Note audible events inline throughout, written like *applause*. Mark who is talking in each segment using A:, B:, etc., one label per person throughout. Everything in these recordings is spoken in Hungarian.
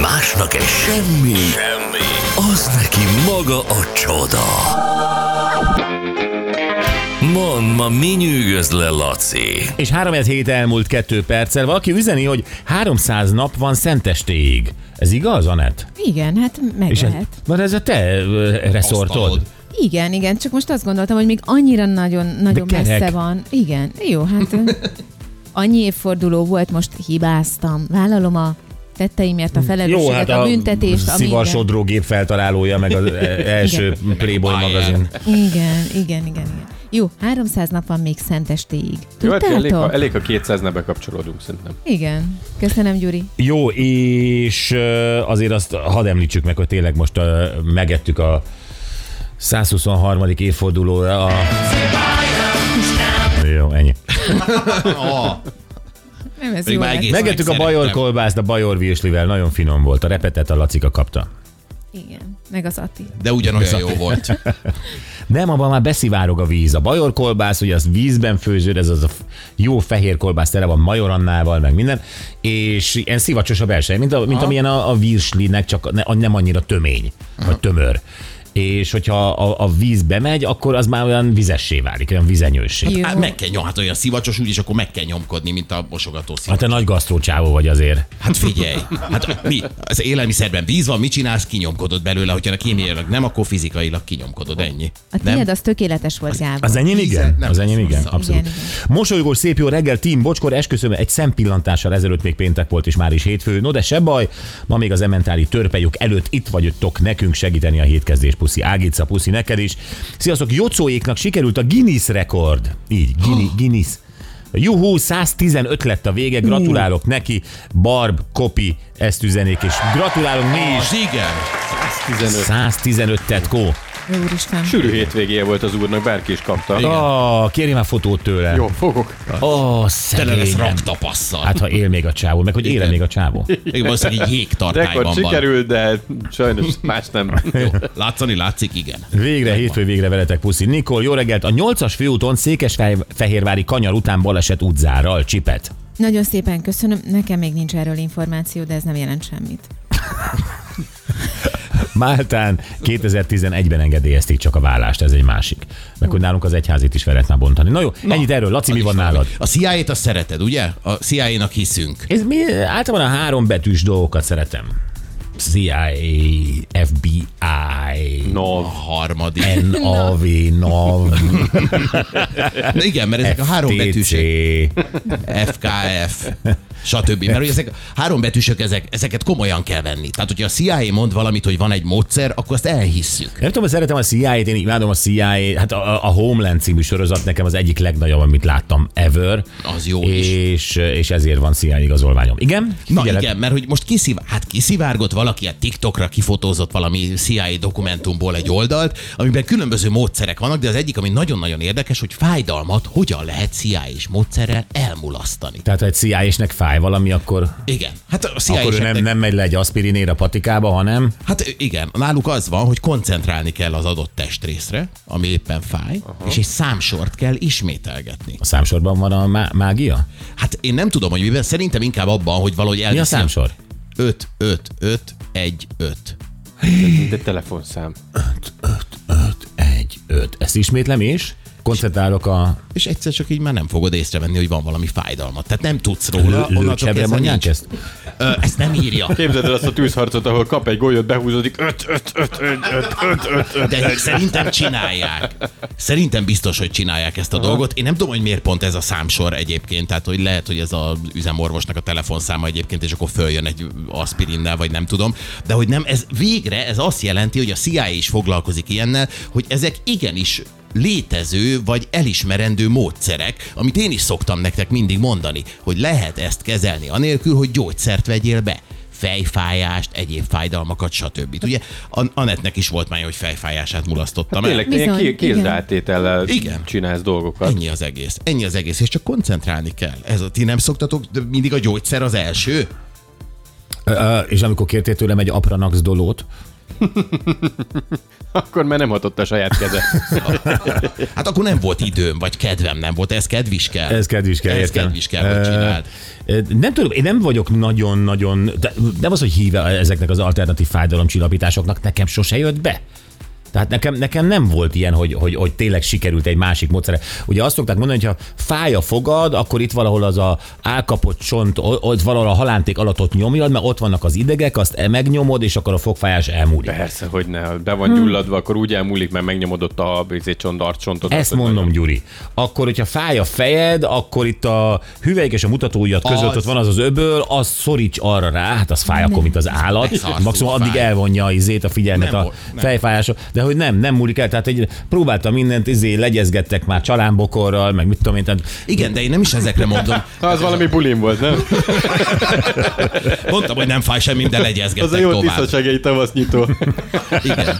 A: Másnak egy semmi, semmi, az neki maga a csoda. Mond, ma mi nyűgöz le, Laci?
B: És 3 hét elmúlt kettő perccel valaki üzeni, hogy 300 nap van szentestéig. Ez igaz, Anett?
C: Igen, hát meg
B: És ez,
C: lehet.
B: na, de ez a te ö, reszortod.
D: Asztalod.
C: Igen, igen, csak most azt gondoltam, hogy még annyira nagyon-nagyon
B: kerek.
C: messze van. Igen, jó, hát
E: *laughs*
C: ö, annyi évforduló volt, most hibáztam. Vállalom a tetteimért a
E: Hm.
C: felelősséget,
E: hát
B: hát
C: a, büntetést, a minden.
B: szivarsodrógép feltalálója, meg az ö, első Playboy
D: Bayern.
B: magazin.
C: Igen, igen, igen, igen. Jó, 300 nap van még szentestéig.
E: Jó, hát elég, ha,
C: Tudtátok?
E: elég, ha 200 ne bekapcsolódunk szerintem.
C: Igen. Köszönöm, Gyuri.
B: Jó, és ö, azért azt hadd említsük meg, hogy tényleg most ö, megettük a 123. évfordulóra a... Jó, ennyi.
C: Nem ez
D: Pedig
C: jó
D: már
C: lett.
D: egész-
B: Megettük a
D: Szerettem.
B: bajor kolbászt a bajor virslivel, nagyon finom volt. A repetet a lacika kapta.
C: Igen, meg az Ati.
D: De ugyanolyan jó volt.
B: Nem, abban már beszivárog a víz. A bajor kolbász, ugye az vízben főződ, ez az a f- jó fehér kolbász, tele van majorannával, meg minden, és ilyen szivacsos a belső, mint, a, mint amilyen a, a virslinek, csak ne, nem annyira tömény, vagy tömör. És hogyha a, a víz bemegy, akkor az már olyan vizessé válik, olyan vizenyősé.
C: Jó.
D: Hát meg kell nyom, hát olyan szivacsos úgy, és akkor meg kell nyomkodni, mint a mosogató szivacs.
B: Hát te nagy gasztrócsávó vagy azért.
D: Hát figyelj, hát mi? Az élelmiszerben víz van, mit csinálsz? Kinyomkodod belőle, hogyha a kémiailag nem, akkor fizikailag kinyomkodod, ennyi.
C: A
D: Nem?
C: tiéd az tökéletes volt, Gábor.
B: Az enyém igen?
D: Íze- nem
B: az enyém
D: lesz
B: igen,
D: rosszabb.
B: abszolút.
C: Igen,
B: Mosolygós szép jó reggel, Team Bocskor, esküszöm, egy szempillantással ezelőtt még péntek volt, és már is hétfő. No de se baj, ma még az ementári törpejuk előtt itt vagytok nekünk segíteni a hétkezdés, puszi. Ágica, puszi neked is. Sziasztok, Jocóéknak sikerült a Guinness rekord. Így, Guinness.
C: Oh.
B: Guinness. Juhú, 115 lett a vége, gratulálok neki, Barb, Kopi, ezt üzenék, és gratulálunk mi is.
D: Az igen.
E: 15.
B: 115 tetkó.
C: Jó, Úristen.
E: Sűrű hétvégéje volt az úrnak, bárki is kapta.
D: Igen.
B: Ah, kérj már fotót tőle.
E: Jó, fogok.
B: Ó, oh,
D: Tele lesz
B: szegényem.
D: raktapasszal.
B: Hát ha él még a csávó, meg hogy él
D: Igen.
B: még a csávó.
D: Még valószínűleg egy
E: Rekord
D: jégtartályban van.
E: sikerült, de sajnos más nem.
D: Jó, látszani látszik, igen.
B: Végre, hétfő végre veletek, puszi. Nikol, jó reggelt! A 8-as főúton Székesfehérvári kanyar után baleset utcáral, csipet.
C: Nagyon szépen köszönöm. Nekem még nincs erről információ, de ez nem jelent semmit.
B: Máltán 2011-ben engedélyezték csak a vállást, ez egy másik. Meg hogy nálunk az egyházét is felett már bontani. Na jó, ennyit erről. Laci, mi van nálad?
D: A CIA-t azt szereted, ugye? A CIA-nak hiszünk.
B: Ez mi, általában a három betűs dolgokat szeretem. CIA, FBI,
E: *laughs* No.
D: A harmadik.
B: NAV, NAV,
D: Na igen, mert ezek a három
B: TC.
D: betűsek. FKF, stb. Mert ugye ezek három betűsök, ezek, ezeket komolyan kell venni. Tehát, hogyha a CIA mond valamit, hogy van egy módszer, akkor azt elhisszük.
B: Nem tudom, hogy szeretem a CIA-t, én imádom a CIA, hát a, a Homeland című sorozat nekem az egyik legnagyobb, amit láttam ever.
D: Az jó is.
B: és, és ezért van CIA igazolványom. Igen?
D: Na
B: Figyelek.
D: igen, mert hogy most kiszivá... hát kiszivárgott valaki a TikTokra kifotózott valami CIA dokumentumból egy oldalt, amiben különböző módszerek vannak, de az egyik, ami nagyon-nagyon érdekes, hogy fájdalmat hogyan lehet CIA és módszerrel elmulasztani.
B: Tehát ha egy CIA-snek fáj valami, akkor,
D: Igen, hát a CIA
B: akkor ő nem,
D: -seknek-
B: nem megy le egy aspirinér a patikába, hanem
D: Hát igen, náluk az van, hogy koncentrálni kell az adott testrészre, ami éppen fáj, Aha. és egy számsort kell ismételgetni.
B: a számsorban van a má- mágia?
D: Hát én nem tudom, hogy miben, szerintem inkább abban, hogy valahogy
B: Mi a
D: elviszi.
B: számsor?
D: 5, 5, 5, 1, 5.
E: Mint egy telefonszám.
B: Egy, öt. Ezt ismétlem is? Koncentrálok a
D: És egyszer csak így már nem fogod észrevenni, hogy van valami fájdalmat. Tehát nem tudsz róla, onnantól
B: lőcsebre
D: kezdve
B: mondják
D: nincs.
B: ezt?
D: Ö, ezt nem írja.
B: *laughs*
E: Képzeld el azt a tűzharcot, ahol kap egy golyót, behúzódik. Öt, öt, öt, öt, öt, öt, öt, öt.
D: De szerintem csinálják. Szerintem biztos, hogy csinálják ezt a dolgot. Én nem tudom, hogy miért pont ez a számsor egyébként. Tehát, hogy lehet, hogy ez az üzemorvosnak a telefonszáma egyébként, és akkor följön egy aspirinnel, vagy nem tudom. De hogy nem, ez végre, ez azt jelenti, hogy a CIA is foglalkozik ilyennel, hogy ezek igenis létező vagy elismerendő módszerek, amit én is szoktam nektek mindig mondani, hogy lehet ezt kezelni anélkül, hogy gyógyszert vegyél be fejfájást, egyéb fájdalmakat, stb. Ugye An- Anetnek is volt már, hogy fejfájását mulasztottam el.
E: Hát Tényleg, ilyen
C: Bizony,
E: ké- kézrátétellel
D: Igen.
E: csinálsz dolgokat.
D: Ennyi az egész. Ennyi az egész, és csak koncentrálni kell. Ez a ti nem szoktatok, de mindig a gyógyszer az első?
B: Ö, ö, És amikor kértél tőlem egy apranax dolót,
E: Akkor már nem hatott a saját *laughs* keze.
D: Hát akkor nem volt időm, vagy kedvem nem volt, ez kedvis kell.
B: Ez kedvis kell,
D: Ez
B: értem.
D: kedvis kell, hogy
B: Ö,
D: csináld.
B: ö, Nem tudom, én nem vagyok nagyon-nagyon, de nem az, hogy híve ezeknek az alternatív fájdalomcsillapításoknak, nekem sose jött be. Tehát nekem, nekem nem volt ilyen, hogy, hogy, hogy tényleg sikerült egy másik módszere. Ugye azt szokták mondani, hogy ha fáj a fogad, akkor itt valahol az a álkapott csont, o- ott valahol a halánték alatt ott nyomjad, mert ott vannak az idegek, azt e- megnyomod, és akkor a fogfájás elmúlik.
E: Persze, hogy ne. Ha Be van gyulladva, akkor úgy elmúlik, mert megnyomod ott a izé, bizécsont, arcsontot.
B: Ezt mondom, Gyuri. Akkor, hogyha fáj a fejed, akkor itt a hüvelyk és a mutatóujjad között
D: Az.
B: ott van az az öböl, az szoríts arra rá, hát az fáj akkor, mint az állat.
D: Megszarszul,
B: Maximum addig
D: fáj.
B: elvonja a izét, a figyelmet
D: Nem
B: a
D: volt, nem.
B: fejfájásra. De hogy nem, nem múlik el. Tehát egy, próbáltam mindent, izé, legyezgettek már csalánbokorral, meg mit tudom én. Tehát
D: Igen, de én nem is ezekre mondom.
E: Ha *laughs* az valami bulim volt, nem?
D: Mondtam, hogy nem fáj semmi, de
E: Az a
D: legyezgettek
E: jó
D: tovább.
E: tisztasági *laughs* tavasznyitó.
D: Igen.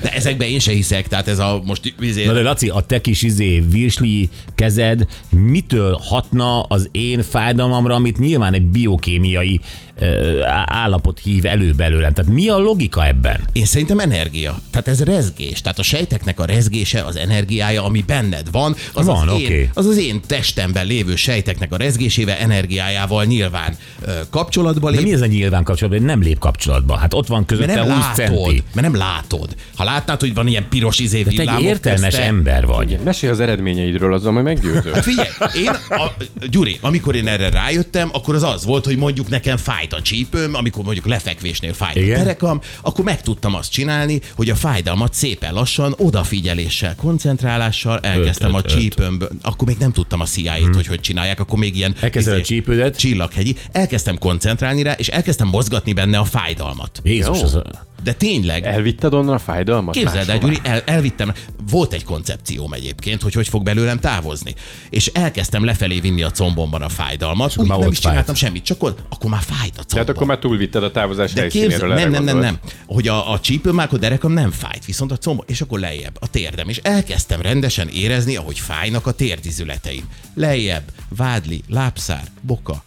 D: De ezekben én se hiszek, tehát ez a most izé,
B: Na de Laci, a te kis izé virsli kezed mitől hatna az én fájdalmamra, amit nyilván egy biokémiai ö, á- állapot hív elő belőlem. Tehát mi a logika ebben?
D: Én szerintem energia. Tehát ez rezgés. Tehát a sejteknek a rezgése, az energiája, ami benned van, az,
B: Van,
D: az,
B: oké.
D: én, az, az én testemben lévő sejteknek a rezgésével, energiájával nyilván ö, kapcsolatba
B: De
D: lép.
B: mi ez a nyilván kapcsolatban? Hogy Nem lép kapcsolatba. Hát ott van
D: Mert
B: közötte
D: nem
B: 20
D: látod.
B: centi.
D: Mert nem látod. Ha látnád, hogy van ilyen piros izé
B: Te egy
D: villámok
B: értelmes
D: közte-
B: ember vagy.
E: Mesélj az eredményeidről, azzal majd meggyőző.
D: Hát Figyelj, én, a, Gyuri, amikor én erre rájöttem, akkor az az volt, hogy mondjuk nekem fájt a csípőm, amikor mondjuk lefekvésnél fájt
B: Igen.
D: Igen? a derekam, akkor meg tudtam azt csinálni, hogy a fájdalmat szépen lassan, odafigyeléssel, koncentrálással elkezdtem
B: Öt, öt, Hmm.
D: a csípőmből. Akkor még nem tudtam a CIA-t, hogy hogy csinálják, akkor még ilyen...
B: Elkezdted a
D: izé,
B: csípődet?
D: Csillaghegyi. Elkezdtem koncentrálni rá, és elkezdtem mozgatni benne a fájdalmat.
B: Jézus,
E: Jó.
B: az a...
D: De tényleg,
E: Elvitted onnan a fájdalmat?
D: Képzeld el,
E: Máshova?
D: Gyuri, el, elvittem, volt egy koncepcióm egyébként, hogy hogy fog belőlem távozni. És elkezdtem lefelé vinni a combomban a fájdalmat, úgy
B: már
D: nem is
B: ott
D: csináltam
B: fájt.
D: semmit, csak ott, akkor már fájt a combom.
E: Tehát hát akkor már túlvitted a távozás
D: De
E: helyszínéről.
D: képzeld, nem,
E: erre
D: nem, nem,
E: gondolsz.
D: nem, hogy a, a csípőm, már a derekam nem fájt, viszont a combom, és akkor lejjebb, a térdem, és elkezdtem rendesen érezni, ahogy fájnak a térdizületeim. Lejjebb, vádli, lábszár, boka,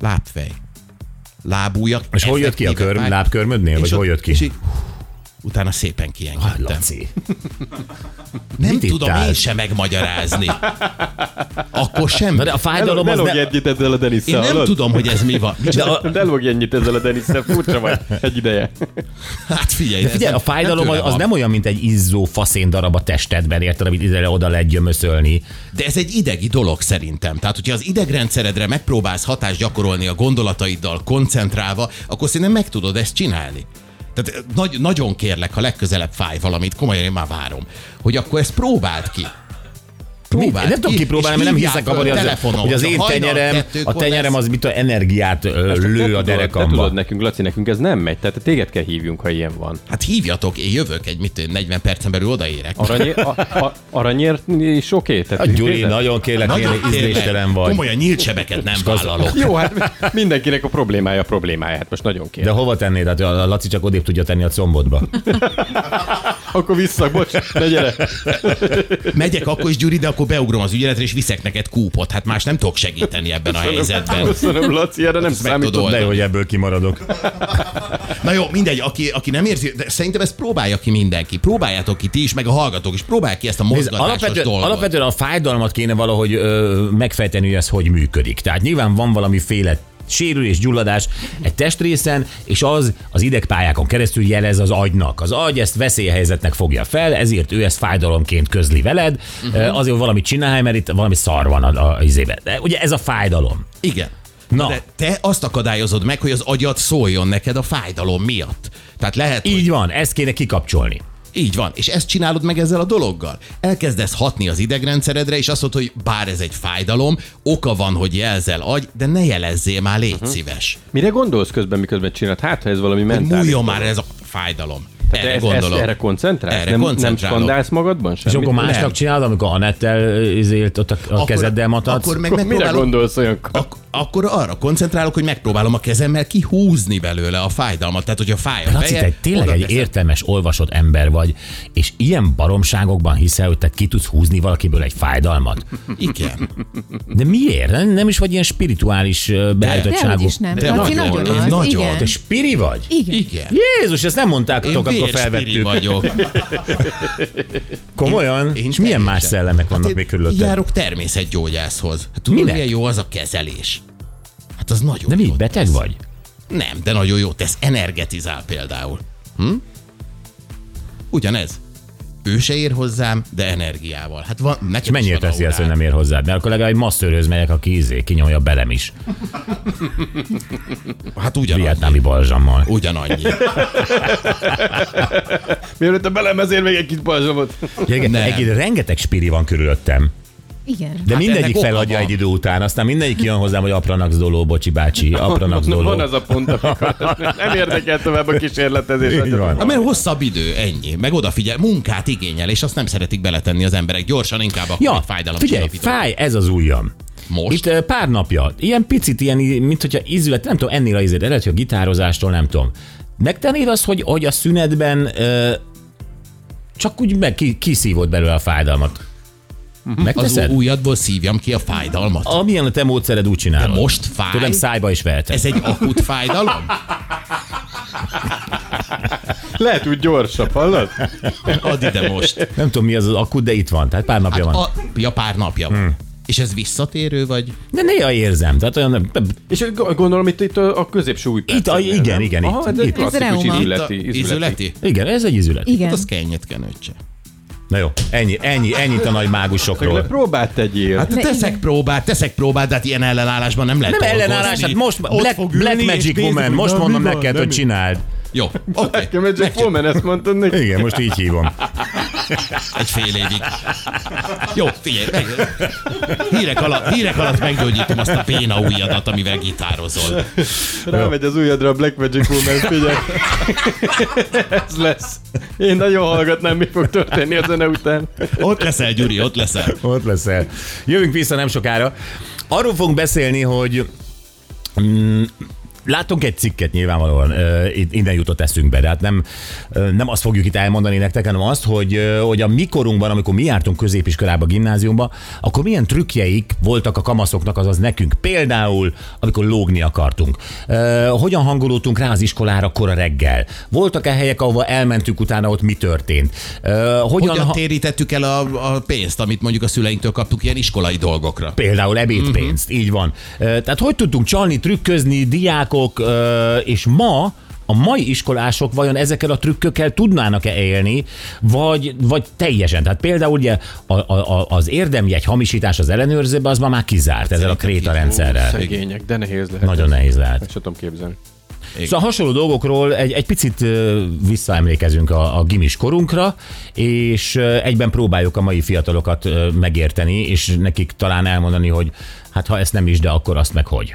D: lábfej, lábújak.
B: És hol jött ki a
D: effektíve
B: körm,
D: fáj.
B: lábkörmödnél,
D: És
B: vagy
D: ott-
B: hol jött
D: És
B: ki? Hát,
D: így, utána szépen kiengedtem.
B: Laci.
D: Nem
B: Mit
D: tudom
B: ittál?
D: én sem megmagyarázni. Akkor sem.
B: Na de a
E: Ne,
B: fájdalom
E: ne
B: az
E: lógj
B: ne...
E: ennyit ezzel a
D: Én
E: Denisszel,
D: nem
E: hallod?
D: tudom, hogy ez mi van. De a,
E: Ne lógj ennyit ezzel a Denisszel, furcsa vagy egy ideje.
D: hát figyelj, de
B: Figyelj, a fájdalom
D: nem
B: az,
D: tőlem
B: az
D: van.
B: nem olyan, mint egy izzó faszén darab a testedben, érted, amit ide oda lehet gyömöszölni.
D: De ez egy idegi dolog szerintem. Tehát, hogyha az idegrendszeredre megpróbálsz hatást gyakorolni a gondolataiddal, koncentrálva, akkor szerintem meg tudod ezt csinálni. Tehát eh, nagy, nagyon kérlek, ha legközelebb fáj valamit, komolyan én már várom, hogy akkor ezt próbáld ki.
B: Mit? nem tudom
D: hát ki,
B: kipróbálni,
D: és
B: mert nem
D: hívják
B: hiszek
D: föl
B: abban, hogy az,
D: telefonon,
B: hogy az
D: hogyha
B: én
D: hajnal
B: tenyerem,
D: kettőkor
B: a tenyerem
D: lesz.
B: az mit a energiát ö,
E: Te
B: lő a
E: tudod, Te
B: derekamba.
E: tudod nekünk, Laci, nekünk ez nem megy, tehát téged kell hívjunk, ha ilyen van.
D: Hát hívjatok, én jövök egy, mit tudom, 40 percen belül odaérek.
B: hát
E: Aranyér, a, a, aranyért is oké? Okay?
D: Hát,
B: A Gyuri, nagyon kérlek,
D: Nagyon
B: nagyon
D: kérlek,
B: ízléstelen vagy.
D: Komolyan nyílt sebeket nem vállalok.
E: Jó, hát mindenkinek a problémája a problémája, hát most nagyon
B: De
E: kérlek.
B: hova tennéd? Hát a Laci csak odébb tudja tenni a combodba.
E: Akkor vissza, bocs, ne gyere.
D: Megyek akkor is, Gyuri, de akkor beugrom az ügyeletre, és viszek neked kúpot. Hát más nem tudok segíteni ebben a helyzetben.
E: Köszönöm, Laci, erre nem
D: meg tudod
E: számított.
B: De
D: oldani.
B: jó, hogy ebből kimaradok.
D: Na jó, mindegy, aki, aki nem érzi, de szerintem ezt próbálja ki mindenki. Próbáljátok ki ti is, meg a hallgatók is. Próbálják ki ezt a
B: Nézd,
D: mozgatásos
B: alapvetően,
D: dolgot.
B: alapvetően a fájdalmat kéne valahogy ö, megfejteni, hogy ez hogy működik. Tehát nyilván van valamiféle sérülés, gyulladás egy testrészen, és az az idegpályákon keresztül jelez az agynak. Az agy ezt veszélyhelyzetnek fogja fel, ezért ő ezt fájdalomként közli veled, uh-huh. azért, hogy valamit csinálj, mert itt valami szar van a, a, izébe. De Ugye ez a fájdalom.
D: Igen.
B: Na.
D: De te azt akadályozod meg, hogy az agyad szóljon neked a fájdalom miatt. Tehát lehet,
B: Így van, ezt kéne kikapcsolni.
D: Így van, és ezt csinálod meg ezzel a dologgal. Elkezdesz hatni az idegrendszeredre, és azt mondod, hogy bár ez egy fájdalom, oka van, hogy jelzel agy, de ne jelezzél már, légy
B: Mhm.
D: uh-huh. szíves.
E: Mire gondolsz közben, miközben csinált? Hát, ha ez valami mentális.
D: Múljon már ez a fájdalom.
E: Te
D: Erre
E: ezt, ezt,
D: gondolom.
E: erre koncentrálsz?
D: Erre
E: nem, nem
D: koncentrálok.
E: skandálsz magadban
B: És
E: semmit?
B: akkor másnak
D: Nem.
B: csinálod, amikor Anettel izélt ott a, a
D: Akkor-
B: kezeddel matadsz?
D: Akkor meg
E: Akkor mire
D: megpróbálod...
E: gondolsz olyankor?
D: Ak- akkor arra koncentrálok, hogy megpróbálom a kezemmel kihúzni belőle a fájdalmat. Tehát, hogyha fáj a
B: Laci, te
D: feje,
B: tényleg
D: oda
B: egy
D: teszem.
B: értelmes, olvasott ember vagy, és ilyen baromságokban hiszel, hogy te ki tudsz húzni valakiből egy fájdalmat.
D: Igen.
B: De miért? Nem, nem is vagy ilyen spirituális ö,
C: De
B: beállítottságú.
C: is nem.
D: De
C: Laci
D: nagyon,
C: nagyon
D: én
C: az.
D: nagyon.
C: Igen.
B: Te spiri vagy?
C: Igen.
D: Igen.
B: Jézus, ezt nem mondták,
D: Én
B: akkor
D: vérspiri
B: felvettük.
D: vagyok.
B: Komolyan?
D: Én
B: és milyen más
D: teljesen. Hát
B: szellemek vannak
C: Hát
D: én
B: még körülötted?
D: Járok természetgyógyászhoz. Hát tudod,
B: Minek?
D: milyen jó az a kezelés? Hát az nagyon
B: De mi,
D: jót
B: beteg
D: tesz.
B: vagy?
D: Nem, de nagyon jót tesz. Energetizál például. Hm? Ugyanez. Ő se ér hozzám, de energiával. Hát van, nekem is
B: Mennyire
D: van
B: teszi ezt, hogy
D: aurám.
B: nem ér hozzád? Mert akkor legalább egy masszörhöz megyek, aki izé, kinyomja belem is.
D: Hát ugyanannyi.
B: Vietnámi balzsammal.
D: Ugyanannyi.
E: *laughs* Mielőtt a belem ezért még egy kis balzsamot.
B: Gyerekek,
D: Nem.
B: egy rengeteg spiri van körülöttem.
C: Igen.
B: De
D: Hát
B: mindegyik
D: ennek oka
B: feladja
D: van.
B: egy idő után, aztán mindegyik jön hozzám, hogy apranax doló, bocsi
D: *laughs*
B: bácsi, apranax
E: Na,
B: doló.
E: *laughs* van az a pont, amikor
B: *laughs*
E: nem érdekel tovább a kísérletezés.
B: Így van.
D: Hát, Mert hosszabb idő, ennyi. Meg odafigyel, munkát igényel, és azt nem szeretik beletenni az emberek. Gyorsan inkább akkor
B: Ja,
D: egy fájdalom
B: figyelj,
D: csillapító.
B: fáj ez az ujjam.
D: Most?
B: Itt ö, pár napja, ilyen picit, ilyen, í- mint hogyha ízület, nem tudom, ennél a ízét, lehet, hogy a gitározástól, nem tudom. Megtennéd azt, hogy, hogy a szünetben ö, csak úgy meg ki, kiszívod belőle a fájdalmat.
D: Mhm. az
B: Megteszed?
D: újadból szívjam ki a fájdalmat.
B: Amilyen a te módszered, úgy csinálod.
D: Most fáj.
B: Tudom, szájba is verted.
D: Ez egy akut fájdalom?
E: Lehet úgy gyorsabb, hallod?
D: Add ide most.
B: Nem tudom, mi az az akut, de itt van, tehát pár napja van.
D: A, ja, pár napja van. Hmm. És ez visszatérő, vagy?
B: De néha érzem, tehát olyan, nem-
E: És g- gondolom itt, itt a a középső új
B: Itt, a, igen, igen,
E: Aha,
B: itt.
E: hát ez egy
B: itt.
E: klasszikus
C: reuma.
E: izületi. izületi.
D: Izületi?
B: Igen, ez egy izület.
C: Igen.
D: Hát az kenyet kell öccse.
B: Na jó, ennyi, ennyi, ennyit a nagy
E: Le
B: mágusokról.
E: próbát tegyél.
D: Hát
E: Hát,
C: De
D: teszek
C: igen.
D: próbát, teszek próbát, de hát ilyen ellenállásban nem lehet
B: Nem
D: dolgozni.
B: ellenállás, hát most
D: Ott
B: Black,
D: fog ülni,
B: Black
D: és
B: Magic
D: nézzük,
B: Woman,
D: hogy
B: most
D: na, mi
B: mondom
D: van,
B: neked,
D: na,
B: hogy
D: mi-
B: csináld.
D: Jó, oké.
E: Nekem egy
D: Megcsin-
E: Fomen, ezt mondtad neki.
B: Igen, most így hívom.
D: Egy fél évig. Jó, figyelj, meg. Hírek alatt, hírek alatt meggyógyítom azt a péna ujjadat, amivel gitározol.
E: Rámegy az ujjadra a Black Magic Woman,
B: *laughs*
E: figyelj. Ez lesz. Én nagyon hallgatnám, mi fog történni a zene után.
D: Ott leszel, Gyuri, ott leszel.
B: *laughs* Ott leszel. Jövünk vissza nem sokára. Arról fogunk beszélni, hogy mm, Látunk egy cikket nyilvánvalóan, ö, itt- innen jutott eszünkbe, de hát nem, ö, nem azt fogjuk itt elmondani nektek, hanem azt, hogy, ö, hogy a mikorunkban, amikor mi jártunk középiskolába, gimnáziumba, akkor milyen trükkjeik voltak a kamaszoknak, azaz nekünk. Például, amikor lógni akartunk. Ö, Hogyan hangolódtunk rá az iskolára kora reggel? Voltak-e helyek, ahova elmentünk utána, ott mi történt? Ö, Hogyan,
D: Hogyan
B: ha-
D: térítettük el a, a pénzt, amit mondjuk a szüleinktől kaptuk ilyen iskolai dolgokra?
B: Például ebédpénzt, így van. Ö, Tehát hogy tudtunk csalni, trükközni, diákok, ö, és ma a mai iskolások vajon ezekkel a trükkökkel tudnának-e élni, vagy, vagy teljesen? Tehát például ugye a, a, a, az érdemjegy hamisítás az ellenőrzőbe, az ma már kizárt ezzel a kréta rendszerrel.
E: Szegények, de nehéz lehet.
B: Hát, Nagyon nehéz lehet.
E: Ezt sem tudom képzelni.
B: Szóval hasonló dolgokról egy, egy picit ö, visszaemlékezünk a, a gimis korunkra, és ö, egyben próbáljuk a mai fiatalokat ö, megérteni, és nekik talán elmondani, hogy hát ha ezt nem is, de akkor azt meg hogy.